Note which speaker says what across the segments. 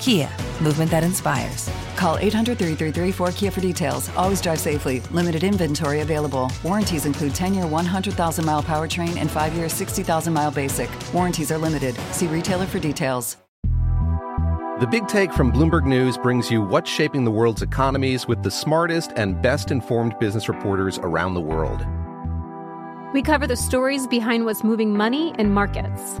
Speaker 1: Kia, movement that inspires.
Speaker 2: Call 800 333 4KIA for details. Always drive safely. Limited inventory available. Warranties include 10 year 100,000 mile powertrain and 5 year 60,000 mile basic. Warranties are limited. See retailer for details.
Speaker 3: The Big Take from Bloomberg News brings you what's shaping the world's economies with the smartest and best informed business reporters around the world.
Speaker 4: We cover the stories behind what's moving money and markets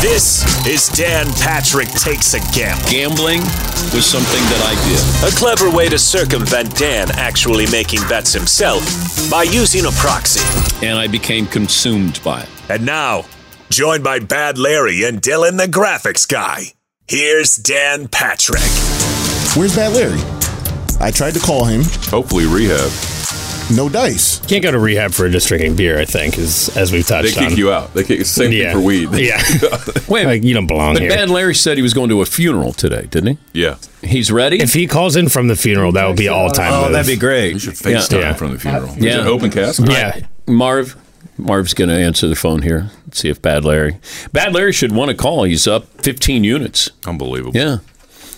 Speaker 5: This is Dan Patrick Takes a Gamble.
Speaker 6: Gambling was something that I did.
Speaker 5: A clever way to circumvent Dan actually making bets himself by using a proxy.
Speaker 6: And I became consumed by it.
Speaker 5: And now, joined by Bad Larry and Dylan the graphics guy, here's Dan Patrick.
Speaker 7: Where's Bad Larry? I tried to call him.
Speaker 8: Hopefully, rehab.
Speaker 7: No dice.
Speaker 9: Can't go to rehab for just drinking beer. I think is as we've touched.
Speaker 8: They kick
Speaker 9: on.
Speaker 8: you out. They kick same
Speaker 9: Yeah.
Speaker 8: thing for weed.
Speaker 9: Yeah.
Speaker 6: Wait,
Speaker 9: Like, you don't belong
Speaker 6: but
Speaker 9: here.
Speaker 6: Bad Larry said he was going to a funeral today, didn't
Speaker 8: yeah.
Speaker 6: he? He's ready.
Speaker 9: If he calls in from the funeral, that would be all time.
Speaker 10: Oh, that'd be
Speaker 8: You
Speaker 10: great.
Speaker 8: should FaceTime
Speaker 9: Yeah.
Speaker 8: from the funeral.
Speaker 11: Uh,
Speaker 6: Yeah.
Speaker 8: Is it open casket?
Speaker 9: Yeah.
Speaker 6: Marv, Marv's going to answer the phone here. Let's see if Bad Larry. Bad Larry should want to call. He's up 15 units.
Speaker 8: Unbelievable.
Speaker 6: Yeah.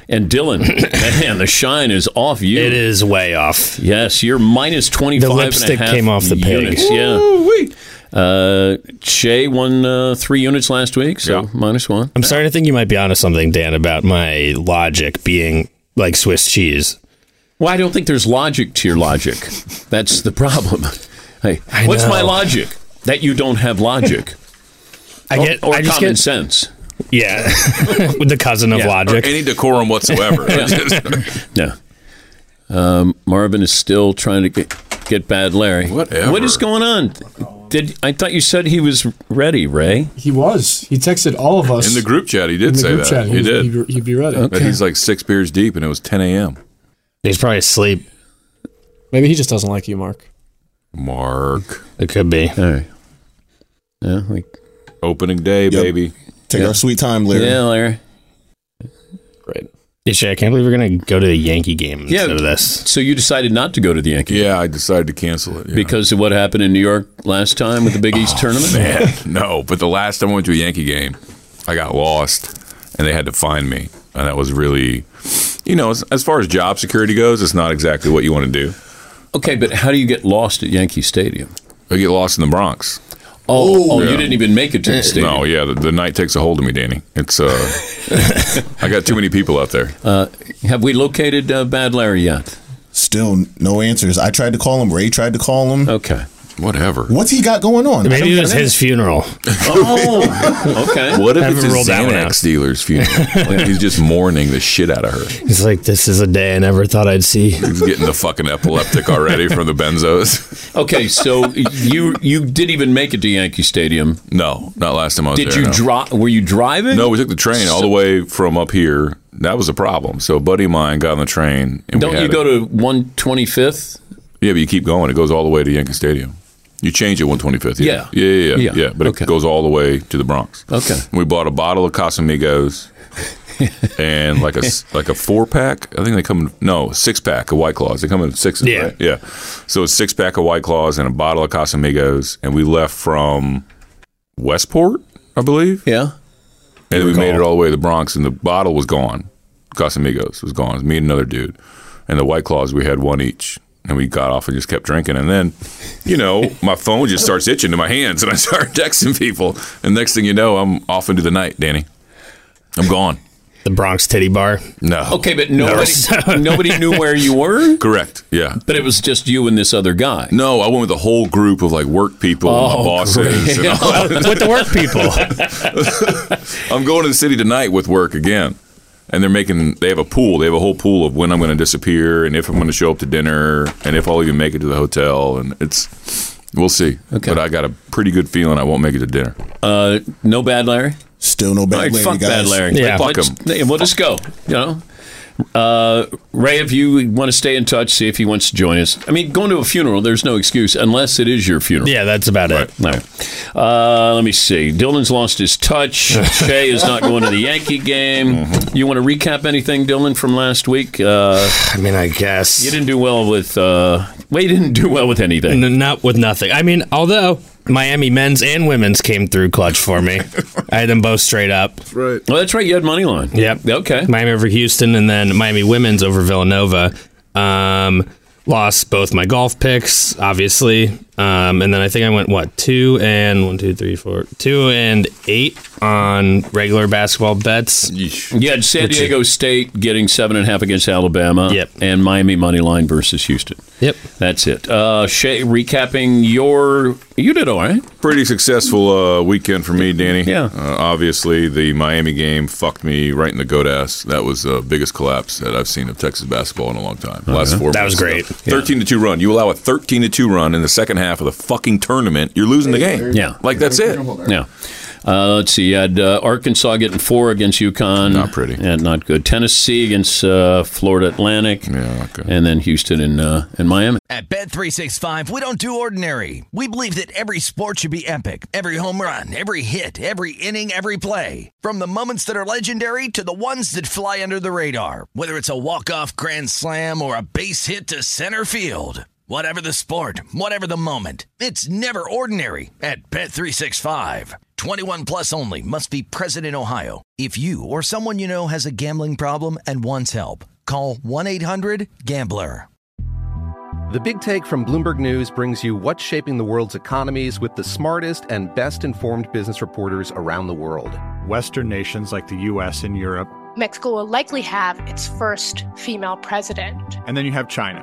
Speaker 6: And Dylan, man, the shine is off you.
Speaker 9: It is way off.
Speaker 6: Yes, you're minus 25 and a
Speaker 9: lipstick
Speaker 6: half
Speaker 9: came off the pig.
Speaker 6: units, Yeah.
Speaker 8: Ooh-wee.
Speaker 6: Uh, Shea won uh, three units last week, so
Speaker 8: Yeah.
Speaker 6: minus one.
Speaker 9: I'm starting to think you might be onto something, Dan, about my logic being like Swiss cheese.
Speaker 6: Well, I don't think there's logic to your logic. That's the problem. Hey,
Speaker 9: I
Speaker 6: what's
Speaker 9: know.
Speaker 6: my logic? That you don't have logic
Speaker 9: I get
Speaker 6: or
Speaker 9: I just
Speaker 6: common
Speaker 9: get,
Speaker 6: sense.
Speaker 9: Yeah, with the cousin of
Speaker 6: Yeah.
Speaker 8: Or
Speaker 9: logic.
Speaker 8: any decorum whatsoever.
Speaker 6: No. Um, Marvin is still trying to get, get bad Larry.
Speaker 8: Whatever.
Speaker 6: What is going on? Did I thought you said he was ready, Ray?
Speaker 11: He was. He texted all of us
Speaker 8: In the group chat, he
Speaker 11: in
Speaker 8: did
Speaker 11: the
Speaker 8: say
Speaker 11: group
Speaker 8: that.
Speaker 11: chat.
Speaker 8: He did.
Speaker 11: He'd, he'd be ready.
Speaker 8: But he's like six beers deep, and it was 10 a.m.
Speaker 9: He's probably asleep.
Speaker 11: Maybe he just doesn't like you, Mark.
Speaker 8: Mark,
Speaker 9: It could be.
Speaker 6: All right. Yeah, like,
Speaker 8: opening day, baby.
Speaker 7: Take
Speaker 6: Yeah.
Speaker 7: our sweet time, Larry.
Speaker 6: yeah, Larry.
Speaker 11: Great.
Speaker 9: Yeah, Shay, I can't believe we're gonna go to the Yankee game
Speaker 6: Yeah.
Speaker 9: instead of this.
Speaker 6: So you decided not to go to the Yankee
Speaker 8: Yeah, I decided to cancel it yeah.
Speaker 6: because of what happened in New York last time with the Big
Speaker 9: Oh,
Speaker 6: East tournament.
Speaker 8: Man, no. But the last time I went to a Yankee game, I got lost, and they had to find me, and that was really, you know, as, as far as job security goes, it's not exactly what you want to do.
Speaker 6: Okay, but how do you get lost at Yankee Stadium?
Speaker 8: I get lost in the Bronx.
Speaker 6: Oh, oh
Speaker 8: Yeah. Eh,
Speaker 6: you didn't even make it to the stadium.
Speaker 8: No, yeah, the, the night takes a hold of me, Danny. It's uh, I got too many people out there.
Speaker 6: Uh, Have we located uh, Bad Larry yet?
Speaker 7: Still no answers. I tried to call him. Ray tried to call him.
Speaker 6: Okay.
Speaker 8: Whatever.
Speaker 7: What's he got going on? I
Speaker 9: Maybe
Speaker 7: don't-
Speaker 9: it was his funeral.
Speaker 6: Oh, okay.
Speaker 8: What if
Speaker 9: Haven't
Speaker 8: it's a
Speaker 9: ruled that one out.
Speaker 8: Xanax dealer's funeral? Like, he's just mourning the shit out of her.
Speaker 9: He's like, "This is a day I never thought I'd see."
Speaker 8: He's getting the fucking epileptic already from the benzos.
Speaker 6: Okay, so you you didn't even make it to Yankee Stadium.
Speaker 8: No, not last time I was
Speaker 6: Did
Speaker 8: there.
Speaker 6: you
Speaker 8: no.
Speaker 6: drive? Were you driving?
Speaker 8: No, we took the train all the way from up here. That was a problem. So a buddy of mine got on the train. And we
Speaker 6: Don't
Speaker 8: had
Speaker 6: you go
Speaker 8: it.
Speaker 6: to one twenty fifth?
Speaker 8: Yeah, but you keep going. It goes all the way to Yankee Stadium. You change it 125th.
Speaker 6: Yeah.
Speaker 8: Yeah, yeah, yeah.
Speaker 6: Yeah.
Speaker 8: yeah. But it goes all the way to the Bronx.
Speaker 6: Okay.
Speaker 8: We bought a bottle of Casamigos and like a s- like a four pack. I think they come in, no, six pack of White Claws. They come in sixes,
Speaker 6: Yeah.
Speaker 8: right? Yeah. So a six pack of White Claws and a bottle of Casamigos and we left from Westport, I believe.
Speaker 6: Yeah.
Speaker 8: And we made it all the way to the Bronx, and the bottle was gone. Casamigos was gone. It was me and another dude. And the White Claws, we had one each. And we got off and just kept drinking. And then, you know, my phone just starts itching in my hands, and I start texting people. And next thing you know, I'm off into the night, Danny. I'm gone.
Speaker 12: The Bronx Titty Bar.
Speaker 8: No.
Speaker 6: Okay, but nobody nobody knew where you were.
Speaker 8: Correct. Yeah.
Speaker 6: But it was just you and this other guy.
Speaker 8: No, I went with a whole group of like work people, and my
Speaker 6: Oh,
Speaker 8: bosses, and
Speaker 6: great.
Speaker 8: all
Speaker 12: Well, with the work people.
Speaker 8: I'm going to the city tonight with work again. And they're making, they have a pool. They have a whole pool of when I'm going to disappear and if I'm going to show up to dinner and if I'll even make it to the hotel. And it's, we'll see. Okay. But I got a pretty good feeling I won't make it to dinner.
Speaker 6: Uh, no bad Larry.
Speaker 13: Still no
Speaker 6: All
Speaker 13: bad
Speaker 6: right,
Speaker 13: Larry,
Speaker 6: fuck
Speaker 13: guys.
Speaker 6: Bad Larry.
Speaker 13: Yeah.
Speaker 6: Like,
Speaker 13: Fuck
Speaker 6: let's- We'll just go. You know, uh, Ray, if you want to stay in touch, see if he wants to join us. I mean, going to a funeral, there's no excuse unless it is your funeral.
Speaker 12: Yeah, that's about it.
Speaker 6: All right. Uh, let me see. Dylan's lost his touch. Shay is not going to the Yankee game.
Speaker 13: Mm-hmm.
Speaker 6: You want to recap anything, Dylan, from last week? Uh,
Speaker 12: I mean, I guess
Speaker 6: you didn't do well with. Uh, well, you didn't do well with anything.
Speaker 12: N- not with nothing. I mean, although Miami men's and women's came through clutch for me, I had them both straight up.
Speaker 8: Right.
Speaker 6: Well, that's right. You had money line.
Speaker 12: Yep.
Speaker 6: Okay.
Speaker 12: Miami over Houston, and then Miami women's over Villanova. Um, lost both my golf picks, obviously, um, and then I think I went what two and one, two, three, four, two and eight on regular basketball bets.
Speaker 6: You had San
Speaker 12: Which is-
Speaker 6: Diego State getting seven and a half against Alabama.
Speaker 12: Yep.
Speaker 6: And Miami money line versus Houston.
Speaker 12: Yep.
Speaker 6: That's it. Uh, Shay, recapping your, you did all right.
Speaker 8: Pretty successful uh, weekend for me, Danny.
Speaker 6: Yeah.
Speaker 8: Uh, obviously, the Miami game fucked me right in the godass. That was the biggest collapse that I've seen of Texas basketball in a long time. Last
Speaker 12: Uh-huh.
Speaker 8: four.
Speaker 12: That was great.
Speaker 8: months. Thirteen to two run. You allow a thirteen to two run in the second half of the fucking tournament. You're losing the game.
Speaker 6: Yeah.
Speaker 8: Like that's it.
Speaker 6: Yeah. Uh, let's see. You had uh, Arkansas getting four against UConn. Not pretty. And not good. Tennessee against uh, Florida Atlantic. Yeah, not good. And then Houston and, uh, and Miami.
Speaker 14: At Bet365, we don't do ordinary. We believe that every sport should be epic. Every home run, every hit, every inning, every play. From the moments that are legendary to the ones that fly under the radar. Whether it's a walk-off grand slam or a base hit to center field. Whatever the sport, whatever the moment, it's never ordinary at Bet365. 21 plus only must be present in Ohio. If you or someone you know has a gambling problem and wants help, call 1-800-GAMBLER.
Speaker 3: The Big Take from Bloomberg News brings you what's shaping the world's economies with the smartest and best informed business reporters around the world.
Speaker 10: Western nations like the US and Europe.
Speaker 15: Mexico will likely have its first female president.
Speaker 10: And then you have China.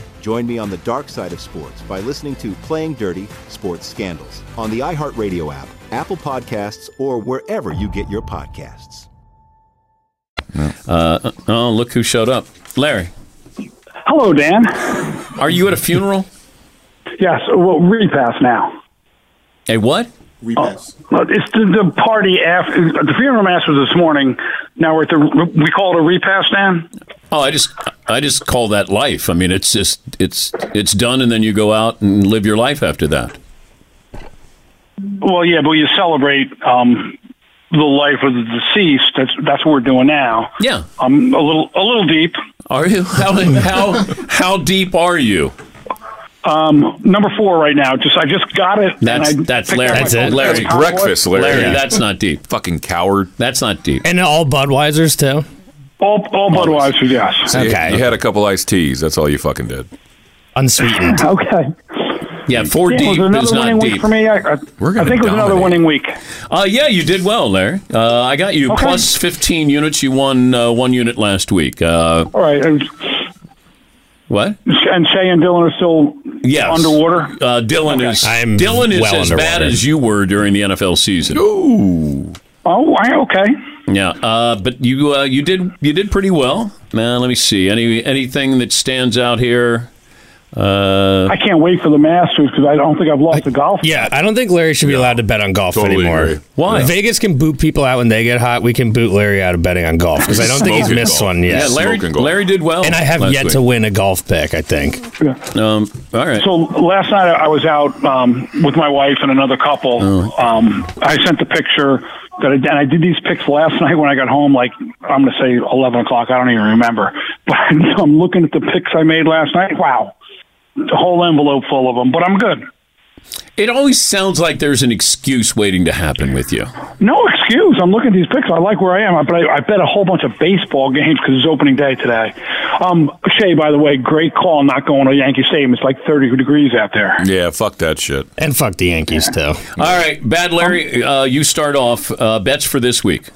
Speaker 7: Join me on the dark side of sports by listening to Playing Dirty Sports Scandals on the iHeartRadio app, Apple Podcasts, or wherever you get your podcasts.
Speaker 6: Uh, oh, look who showed up, Larry.
Speaker 9: Hello, Dan.
Speaker 6: Are you at a funeral?
Speaker 9: Yes, well, repass now.
Speaker 6: A what?
Speaker 9: Repass. it's the, the party after the funeral mass was this morning. Now we're at the we call it a repass, Dan.
Speaker 6: Oh, I just I just call that life. I mean, it's just it's it's done, and then you go out and live your life after that.
Speaker 9: Well, yeah, but you celebrate um, the life of the deceased. That's that's what we're doing now.
Speaker 6: Yeah,
Speaker 9: I'm a little a little deep.
Speaker 6: Are you how how how deep are you?
Speaker 9: Um, number four right now. Just I just got it.
Speaker 6: That's
Speaker 9: and I
Speaker 6: that's
Speaker 9: picked
Speaker 6: Larry.
Speaker 9: up my phone.
Speaker 6: Larry.
Speaker 9: That's breakfast, Larry. Yeah.
Speaker 6: That's not deep. Fucking coward. That's not deep.
Speaker 12: And all Budweisers too.
Speaker 9: All all Budweiser, yes.
Speaker 8: So you- You, had a couple iced teas. That's all you fucking did.
Speaker 12: Unsweetened.
Speaker 9: okay.
Speaker 6: Yeah, four
Speaker 9: Yeah,
Speaker 6: deep
Speaker 9: was it another
Speaker 6: is
Speaker 9: winning
Speaker 6: not
Speaker 9: week
Speaker 6: deep.
Speaker 9: for me. I, I, I think it was another winning week.
Speaker 6: Uh, yeah, you did well, Larry. Uh, I got you
Speaker 9: Okay.
Speaker 6: plus 15 units. You won uh, one unit last week. Uh,
Speaker 9: All right, and,
Speaker 6: what?
Speaker 9: and Shay and Dylan are still
Speaker 6: Yes.
Speaker 9: underwater.
Speaker 6: Uh, Dylan is
Speaker 9: I'm
Speaker 6: Dylan is
Speaker 9: well
Speaker 6: as bad
Speaker 9: underwater.
Speaker 6: as you were during the NFL season.
Speaker 9: Ooh. Oh, I, okay.
Speaker 6: Yeah, uh, but you uh, you did you did pretty well. Uh, let me see any anything that stands out here. Uh,
Speaker 9: I can't wait for the Masters because I don't think I've lost the golf.
Speaker 12: Yeah, I don't think Larry should be allowed to bet on golf
Speaker 9: Totally
Speaker 12: anymore.
Speaker 9: agree. Why?
Speaker 12: Vegas can boot people out when they get hot. We can boot Larry out of betting on golf because I don't think he's
Speaker 6: Smoking
Speaker 12: missed
Speaker 6: golf.
Speaker 12: one yet.
Speaker 6: Yeah, Larry- Smoking golf. Larry did well
Speaker 12: and I have
Speaker 6: last
Speaker 12: yet
Speaker 6: week.
Speaker 12: to win a golf pick. I think.
Speaker 6: Um, all right.
Speaker 9: So last night I was out um, with my wife and another couple. Um, I sent the picture that I, and I did these pics last night when I got home. Like I'm going to say 11 o'clock. I don't even remember. But I'm looking at the pics I made last night. Wow, the whole envelope full of them. But I'm good.
Speaker 6: It always sounds like there's an excuse waiting to happen with you.
Speaker 9: No excuse. I'm looking at these pictures. I like where I am, but I, I bet a whole bunch of baseball games because it's opening day today. Um, Shay, by the way, great call. Not going to Yankee Stadium. It's like 30 degrees out there.
Speaker 8: Yeah, fuck that shit.
Speaker 12: And fuck the Yankees too.
Speaker 6: All right, Bad Larry, uh, you start off uh, bets for this week.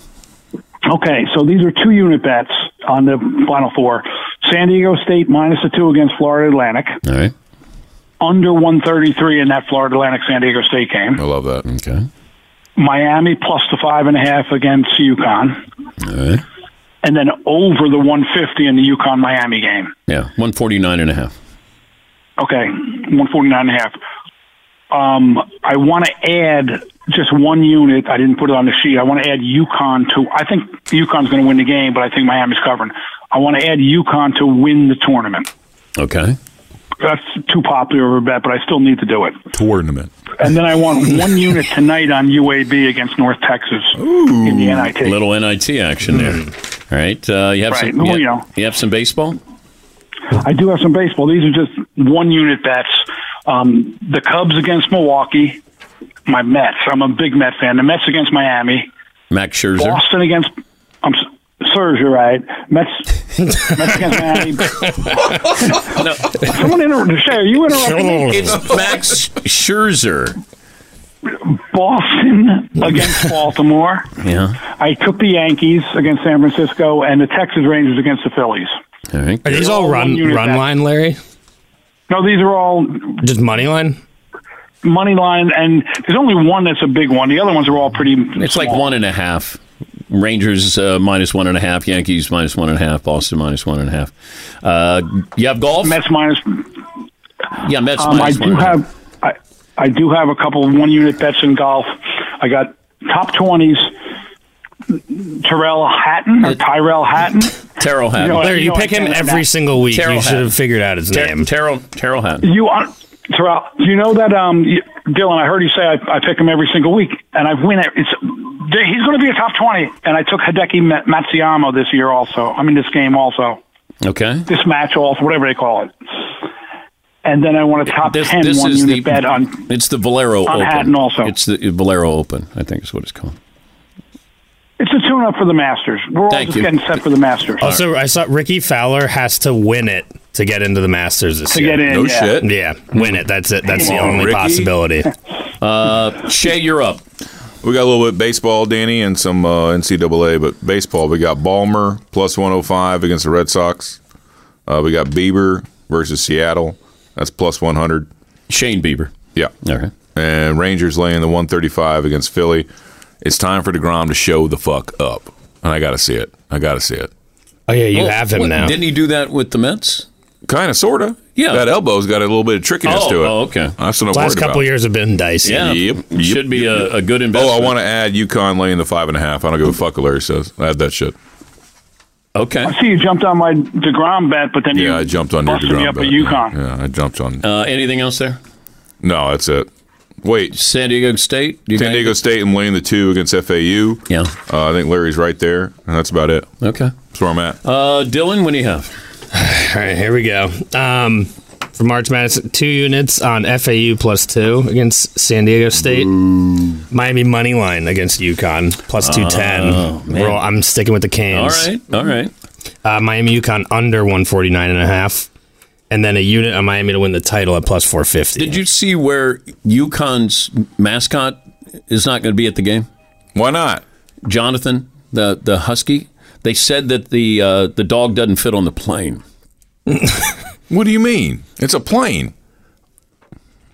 Speaker 9: Okay, so these are two unit bets on the final four. San Diego State minus the two against Florida Atlantic.
Speaker 6: All right.
Speaker 9: Under 133 in that Florida Atlantic San Diego State game.
Speaker 8: I love that.
Speaker 6: Okay.
Speaker 9: Miami plus the five and a half against UConn.
Speaker 6: All right.
Speaker 9: And then over the 150 in the UConn Miami game.
Speaker 6: Yeah, 149 and a half.
Speaker 9: Okay, 149 and a half. Um, I want to add just one unit. I didn't put it on the sheet. I want to add UConn to. I think UConn's going to win the game, but I think Miami's covering. I want to add UConn to win the tournament.
Speaker 6: Okay.
Speaker 9: That's too popular of a bet, but I still need to do it.
Speaker 8: Tournament.
Speaker 9: And then I want one unit tonight on UAB against North Texas in the NIT.
Speaker 6: Little NIT action there. All right. Uh, you have
Speaker 9: Right,
Speaker 6: some.
Speaker 9: well,
Speaker 6: you,
Speaker 9: you know.
Speaker 6: you have some baseball.
Speaker 9: I do have some baseball. These are just one unit bets. Um, the Cubs against Milwaukee. My Mets. I'm a big Met fan. The Mets against Miami.
Speaker 6: Max Scherzer.
Speaker 9: Boston against. I'm s- Serge, you're right. Mets. Mets against Miami. Someone interrupt. Shay, are you interrupting me?
Speaker 6: It's Max Scherzer.
Speaker 9: Boston against Baltimore.
Speaker 6: Yeah.
Speaker 9: I took the Yankees against San Francisco and the Texas Rangers against the Phillies.
Speaker 6: All right.
Speaker 12: Are these all run
Speaker 9: unit
Speaker 12: run
Speaker 9: bet.
Speaker 12: line, Larry?
Speaker 9: No, these are all
Speaker 12: Just money line.
Speaker 9: money line, and there's only one that's a big one. The other ones are all pretty.
Speaker 6: It's like one and a half. Rangers uh, minus one and a half. Yankees minus one and a half. Boston minus one and a half. Uh, you have golf.
Speaker 9: Mets minus.
Speaker 6: Yeah, Mets
Speaker 9: Um, I
Speaker 6: minus one
Speaker 9: do
Speaker 6: and a half.
Speaker 9: have I, I do have a couple of one unit bets in golf. I got top twenties. Terrell Hatton or Tyrell Hatton.
Speaker 6: Terrell Hatton.
Speaker 9: You know,
Speaker 12: Larry, you,
Speaker 9: you know,
Speaker 12: pick
Speaker 9: I
Speaker 12: him
Speaker 9: can't-
Speaker 12: every single week.
Speaker 9: Terrell
Speaker 12: you should
Speaker 9: Hatton.
Speaker 12: have figured out his
Speaker 6: Ter-
Speaker 12: name.
Speaker 6: Terrell Terrell Hatton.
Speaker 9: You are Terrell. You know that um, you- Dylan. I heard you say I, I pick him every single week, and I win it. It's he's going to be a top twenty, and I took Hideki Ma- Matsuyama this year also. I mean, this game also,
Speaker 6: Okay.
Speaker 9: this match also, whatever they call it. And then I want a top
Speaker 6: This,
Speaker 9: ten
Speaker 6: this
Speaker 9: one
Speaker 6: is
Speaker 9: unit
Speaker 6: the
Speaker 9: bet on
Speaker 6: it's the Valero
Speaker 9: on
Speaker 6: Open.
Speaker 9: Hatton also.
Speaker 6: It's the Valero Open. I think is what it's called.
Speaker 9: It's a tune-up for the Masters. We're all just getting set for the Masters.
Speaker 12: Also, I saw Ricky Fowler has to win it to get into the Masters this
Speaker 9: To
Speaker 12: year.
Speaker 9: get in, No yeah. shit.
Speaker 12: Yeah, win it. That's it. That's the
Speaker 8: Come on,
Speaker 12: only
Speaker 8: Ricky.
Speaker 12: possibility.
Speaker 8: Uh,
Speaker 6: Shay, you're up.
Speaker 8: We got a little bit of baseball, Danny, and some uh, NCAA, but baseball. We got Ballmer plus 105 against the Red Sox. Uh, we got Bieber versus Seattle. That's plus 100.
Speaker 6: Shane Bieber.
Speaker 8: Yeah.
Speaker 6: Okay.
Speaker 8: And Rangers laying the 135 against Philly. It's time for DeGrom to show the fuck up. And I got to see it. I got to see it.
Speaker 12: Oh, yeah, you have him now.
Speaker 6: Didn't he do that with the Mets?
Speaker 8: Kind of, sort of.
Speaker 6: Yeah.
Speaker 8: That elbow's got a little bit of trickiness
Speaker 6: Oh,
Speaker 8: to it.
Speaker 6: oh, okay.
Speaker 8: That's what I'm
Speaker 12: Last
Speaker 8: worried
Speaker 12: couple
Speaker 8: about.
Speaker 12: years have been dicey.
Speaker 8: Yeah.
Speaker 6: Should be a- a good
Speaker 8: Oh,
Speaker 6: investment.
Speaker 8: I want to add UConn laying the five and a half. I don't give a fuck what Larry says. Add that shit.
Speaker 6: Okay.
Speaker 9: I see you jumped on my Degrom bet, but then
Speaker 8: Yeah,
Speaker 9: you
Speaker 8: I jumped on your
Speaker 9: busted me
Speaker 8: DeGrom
Speaker 9: up
Speaker 8: bet.
Speaker 9: at UConn.
Speaker 8: Yeah, I jumped on.
Speaker 6: Uh, anything else there?
Speaker 8: No, that's it. Wait,
Speaker 6: San Diego State.
Speaker 8: San Diego State and laying the two against FAU.
Speaker 6: Yeah,
Speaker 8: uh, I think Larry's right there, and that's about it.
Speaker 6: Okay,
Speaker 8: that's where I'm at.
Speaker 6: Uh, Dylan, what do you have?
Speaker 12: All right, here we go. Um, for March Madness, two units on FAU plus two against San Diego State. Miami money line against UConn plus
Speaker 6: Oh,
Speaker 12: two ten.
Speaker 6: man.
Speaker 12: I'm sticking with the Canes.
Speaker 6: All right, all right.
Speaker 12: Uh, Miami UConn under one forty nine and a half, and then a unit on Miami to win the title at plus four fifty.
Speaker 6: Did you see where UConn's mascot is not going to be at the game?
Speaker 8: Why not?
Speaker 6: Jonathan, the the husky. They said that the uh, the dog doesn't fit on the plane.
Speaker 8: what do you mean? It's a plane.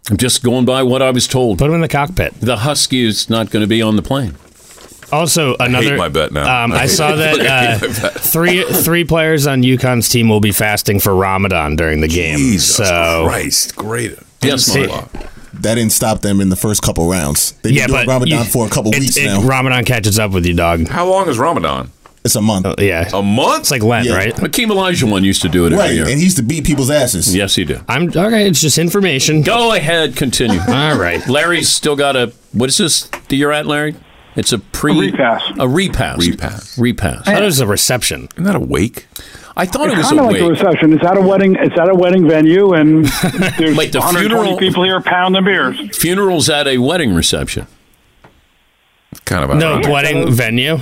Speaker 6: I'm just going by what I was told.
Speaker 12: Put him in the cockpit.
Speaker 6: The husky is not going to be on the plane.
Speaker 12: Also, another.
Speaker 6: my bet now.
Speaker 12: Um, I saw that uh, three three players on UConn's team will be fasting for Ramadan during the game. so
Speaker 8: great.
Speaker 13: That didn't stop them in the first couple rounds. They've
Speaker 12: Yeah,
Speaker 13: been doing
Speaker 12: but
Speaker 13: Ramadan
Speaker 12: you-
Speaker 13: for a couple
Speaker 12: it-
Speaker 13: weeks
Speaker 12: it-
Speaker 13: now.
Speaker 12: Ramadan catches up with you, dog.
Speaker 8: How long is Ramadan?
Speaker 13: It's a month.
Speaker 12: Oh, yeah,
Speaker 8: a month.
Speaker 12: It's like Lent,
Speaker 13: Yeah.
Speaker 12: right?
Speaker 6: Hakeem Elijah one used to do it every
Speaker 13: Right,
Speaker 6: year.
Speaker 13: and he used to beat people's asses.
Speaker 6: yes, he did.
Speaker 12: I'm okay. It's just information.
Speaker 6: Go ahead, continue.
Speaker 12: All right,
Speaker 6: Larry's still got a. What is this? that You're at Larry. It's a pre
Speaker 9: A repass.
Speaker 6: A repass.
Speaker 8: Repass.
Speaker 6: Repass.
Speaker 12: I thought it was a reception.
Speaker 8: Isn't that a wake?
Speaker 6: I thought it
Speaker 9: It's
Speaker 6: was a
Speaker 9: kind of like
Speaker 6: wake.
Speaker 9: a reception. It's at a wedding. It's at a wedding venue, and there's
Speaker 6: Like the
Speaker 9: 120
Speaker 6: funeral-
Speaker 9: people here pounding beers.
Speaker 6: Funerals at a wedding reception.
Speaker 8: Kind of.
Speaker 12: No wedding venue.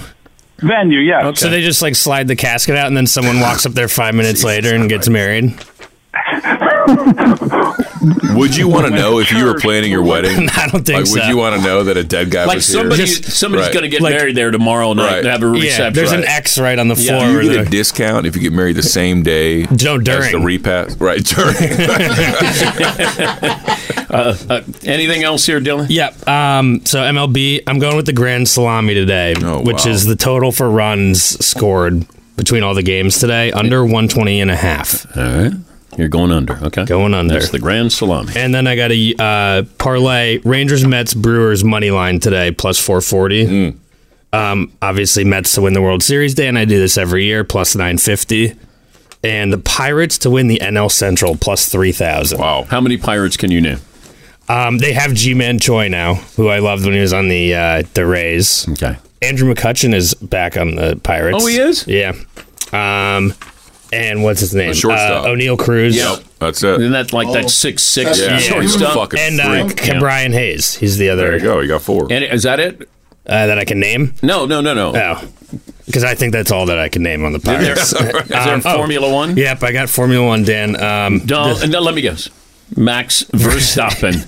Speaker 9: Venue, yeah.
Speaker 12: So they just like slide the casket out, and then someone walks up there five minutes later and gets married.
Speaker 8: Would you want to know if you were planning your wedding?
Speaker 12: I don't think
Speaker 8: like,
Speaker 12: so.
Speaker 8: Would you want to know that a dead guy
Speaker 6: Like
Speaker 8: was
Speaker 6: somebody,
Speaker 8: here?
Speaker 6: somebody's
Speaker 8: Right.
Speaker 6: going to get married there tomorrow night and have a reception.
Speaker 12: Yeah, there's an X right on the
Speaker 6: Yeah.
Speaker 12: floor.
Speaker 8: Do you
Speaker 12: where
Speaker 8: get
Speaker 12: the-
Speaker 8: a discount if you get married the same day?
Speaker 12: No,
Speaker 8: As
Speaker 12: during.
Speaker 8: the repass, right? During.
Speaker 6: Uh, uh, anything else here, Dylan?
Speaker 12: Yep. Um, so MLB, I'm going with the Grand Salami today,
Speaker 8: Oh,
Speaker 12: which
Speaker 6: wow.
Speaker 12: is the total for runs scored between all the games today, under 120 and a half.
Speaker 6: All right. You're going under. Okay.
Speaker 12: Going under.
Speaker 6: That's the Grand Salami.
Speaker 12: And then I got a uh, parlay Rangers, Mets, Brewers money line today, plus 440. Um, obviously, Mets to win the World Series day, and I do this every year, plus 950. And the Pirates to win the NL Central, plus 3,000.
Speaker 8: Wow.
Speaker 6: How many Pirates can you name?
Speaker 12: Um, they have G Man Choi now, who I loved when he was on the uh, the Rays.
Speaker 6: Okay.
Speaker 12: Andrew McCutcheon is back on the Pirates.
Speaker 6: Oh, he is?
Speaker 12: Yeah. Um, and what's his name?
Speaker 8: The shortstop.
Speaker 12: Uh, O'Neill Cruz.
Speaker 8: Yep. That's it.
Speaker 6: Isn't that like that six six
Speaker 8: Yeah.
Speaker 6: shortstop?
Speaker 8: Fucking
Speaker 12: And uh,
Speaker 8: freak.
Speaker 12: Ca- Brian Hayes. He's the
Speaker 8: There you
Speaker 12: other uh,
Speaker 8: go. You got four.
Speaker 6: And is that it?
Speaker 12: that I can name.
Speaker 6: No, no, no, no.
Speaker 12: Oh, because I think that's all that I can name on the
Speaker 6: there-
Speaker 12: Pirates.
Speaker 6: is there
Speaker 12: Um, oh,
Speaker 6: Formula One?
Speaker 12: Yep, I got Formula One, Dan. Um,
Speaker 6: No,
Speaker 12: the-
Speaker 6: no, let me guess. Max Verstappen.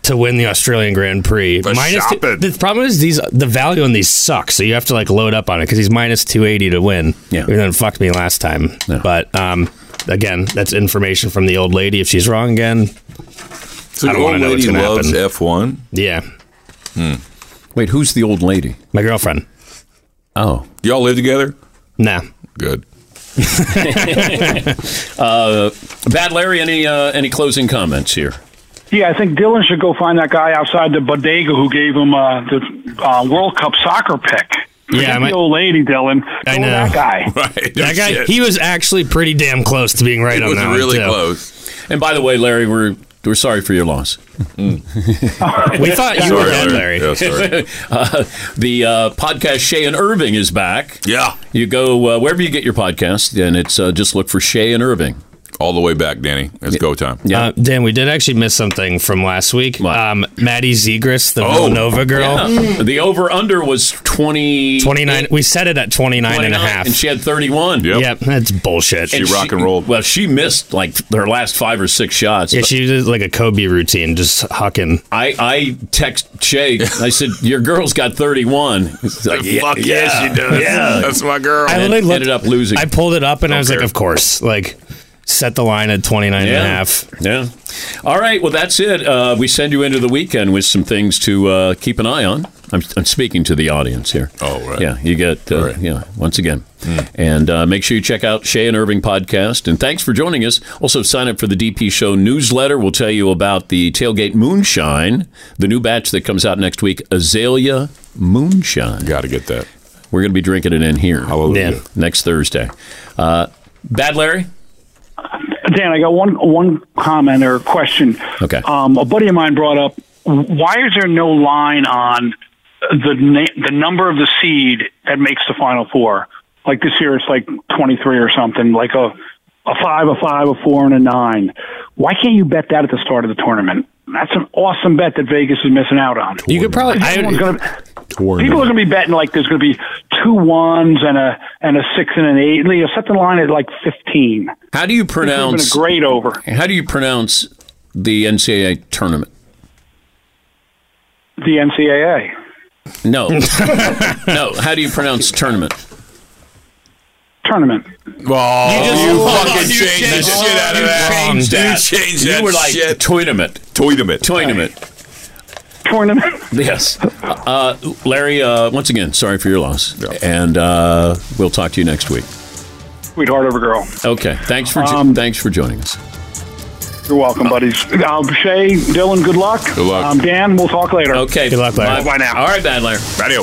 Speaker 12: to win the Australian Grand Prix. Minus two-
Speaker 8: Verstappen.
Speaker 12: the problem is these the value on these sucks, so you have to like load up on it because he's minus two eighty to win.
Speaker 6: Yeah.
Speaker 12: and then fucked me last time. But um, again, that's information from the old lady. If she's wrong again,
Speaker 8: So
Speaker 12: I
Speaker 8: the
Speaker 12: don't wanna
Speaker 8: old
Speaker 12: know what's
Speaker 8: lady
Speaker 12: gonna
Speaker 8: loves
Speaker 12: happen.
Speaker 8: F one.
Speaker 12: yeah,
Speaker 6: Wait, who's the old lady?
Speaker 12: my girlfriend.
Speaker 6: Oh,
Speaker 8: Y'all live together?
Speaker 12: Nah,
Speaker 8: Good.
Speaker 6: uh, Bad Larry. Any uh, any closing comments here?
Speaker 9: Yeah, I think Dylan should go find that guy outside the bodega who gave him uh, the uh, World Cup soccer pick.
Speaker 12: Yeah, I
Speaker 9: Forget
Speaker 12: might-
Speaker 9: the old lady, Dylan.
Speaker 12: I
Speaker 9: Go with
Speaker 12: know.
Speaker 9: that guy.
Speaker 8: Right.
Speaker 12: that guy.
Speaker 8: Shit.
Speaker 12: He was actually pretty damn close to being right
Speaker 8: It
Speaker 12: on
Speaker 8: was
Speaker 12: that one,
Speaker 8: really
Speaker 12: too.
Speaker 8: close.
Speaker 6: And by the way, Larry, we're we're sorry for your loss.
Speaker 12: We thought Uh, you were
Speaker 8: Sorry,
Speaker 12: dead, Larry.
Speaker 8: Larry. Yeah, sorry.
Speaker 6: Uh, the uh, podcast Shay and Irving is back.
Speaker 8: yeah.
Speaker 6: You go uh, wherever you get your podcast, and it's uh, just look for Shay and Irving.
Speaker 8: All the way back, Danny. It's go time.
Speaker 12: Uh, Dan, we did actually miss something from last week. Um, Maddie Zegris, the
Speaker 6: Oh,
Speaker 12: Villanova girl.
Speaker 6: yeah. The over under was 20.
Speaker 12: 29. We set it at 29, and a
Speaker 6: 29,
Speaker 12: half.
Speaker 6: and she had 31.
Speaker 12: Yep. that's bullshit.
Speaker 6: And
Speaker 12: rolled.
Speaker 6: Well, she missed like her last five or six shots.
Speaker 12: Yeah,
Speaker 6: but-
Speaker 12: she did like a Kobe routine, just hucking.
Speaker 6: I, I text Shay. I said, "Your girl's got 31." He's like,
Speaker 12: Fuck yes, she does.
Speaker 6: Yeah,
Speaker 12: That's
Speaker 8: my girl.
Speaker 12: I
Speaker 6: And
Speaker 12: literally
Speaker 6: ended up losing.
Speaker 12: I pulled it up and I was like,
Speaker 6: care.
Speaker 12: of course. Like, set the line at 29 and a half.
Speaker 6: Yeah. All right. Well, that's it. Uh, we send you into the weekend with some things to uh, keep an eye on. I'm, I'm speaking to the audience here. Oh, right. Yeah. You get, uh, yeah, once again. And uh, make sure you check out Shay and Irving podcast. And thanks for joining us. Also, sign up for the DP Show newsletter. We'll tell you about the Tailgate Moonshine, the new batch that comes out next week Azalea Moonshine. Got to get that. We're going to be drinking it in here. Hallelujah. Next Thursday. Uh, Bad Larry?
Speaker 9: Dan, I got one one comment or question.
Speaker 6: Okay.
Speaker 9: Um, a buddy of mine brought up why is there no line on the na- the number of the seed that makes the final four? Like this year, it's like twenty three or something. Like a a five, a five, a four, and a nine. Why can't you bet that at the start of the tournament? That's an awesome bet that Vegas is missing out on.
Speaker 12: You could probably. I,
Speaker 9: People are going to be betting like there's going to be two ones and a and a six and an eight. You know, set the line at like fifteen.
Speaker 6: How do you pronounce
Speaker 9: been a great over?
Speaker 6: How do you pronounce the NCAA tournament?
Speaker 9: The NCAA.
Speaker 6: No, no. How do you pronounce tournament?
Speaker 9: Tournament.
Speaker 8: Well,
Speaker 6: you, just,
Speaker 8: Oh, fucking changed the shit out of that.
Speaker 6: Changed
Speaker 8: You
Speaker 6: that.
Speaker 8: changed
Speaker 6: You
Speaker 8: that
Speaker 6: were like
Speaker 8: shit.
Speaker 6: tournament, tournament, tournament.
Speaker 9: Tournament.
Speaker 6: Yes, uh, Larry. Uh, once again, sorry for your loss, and uh, we'll talk to you next week.
Speaker 9: Sweetheart of a girl.
Speaker 6: Okay, thanks for jo- thanks for joining us.
Speaker 9: You're welcome, buddies. Um, Shay, Dylan, good luck. Good
Speaker 6: luck.
Speaker 9: Um, Dan, we'll talk later.
Speaker 6: Okay,
Speaker 9: Bye bye now.
Speaker 6: All right, Bad Larry. Radio.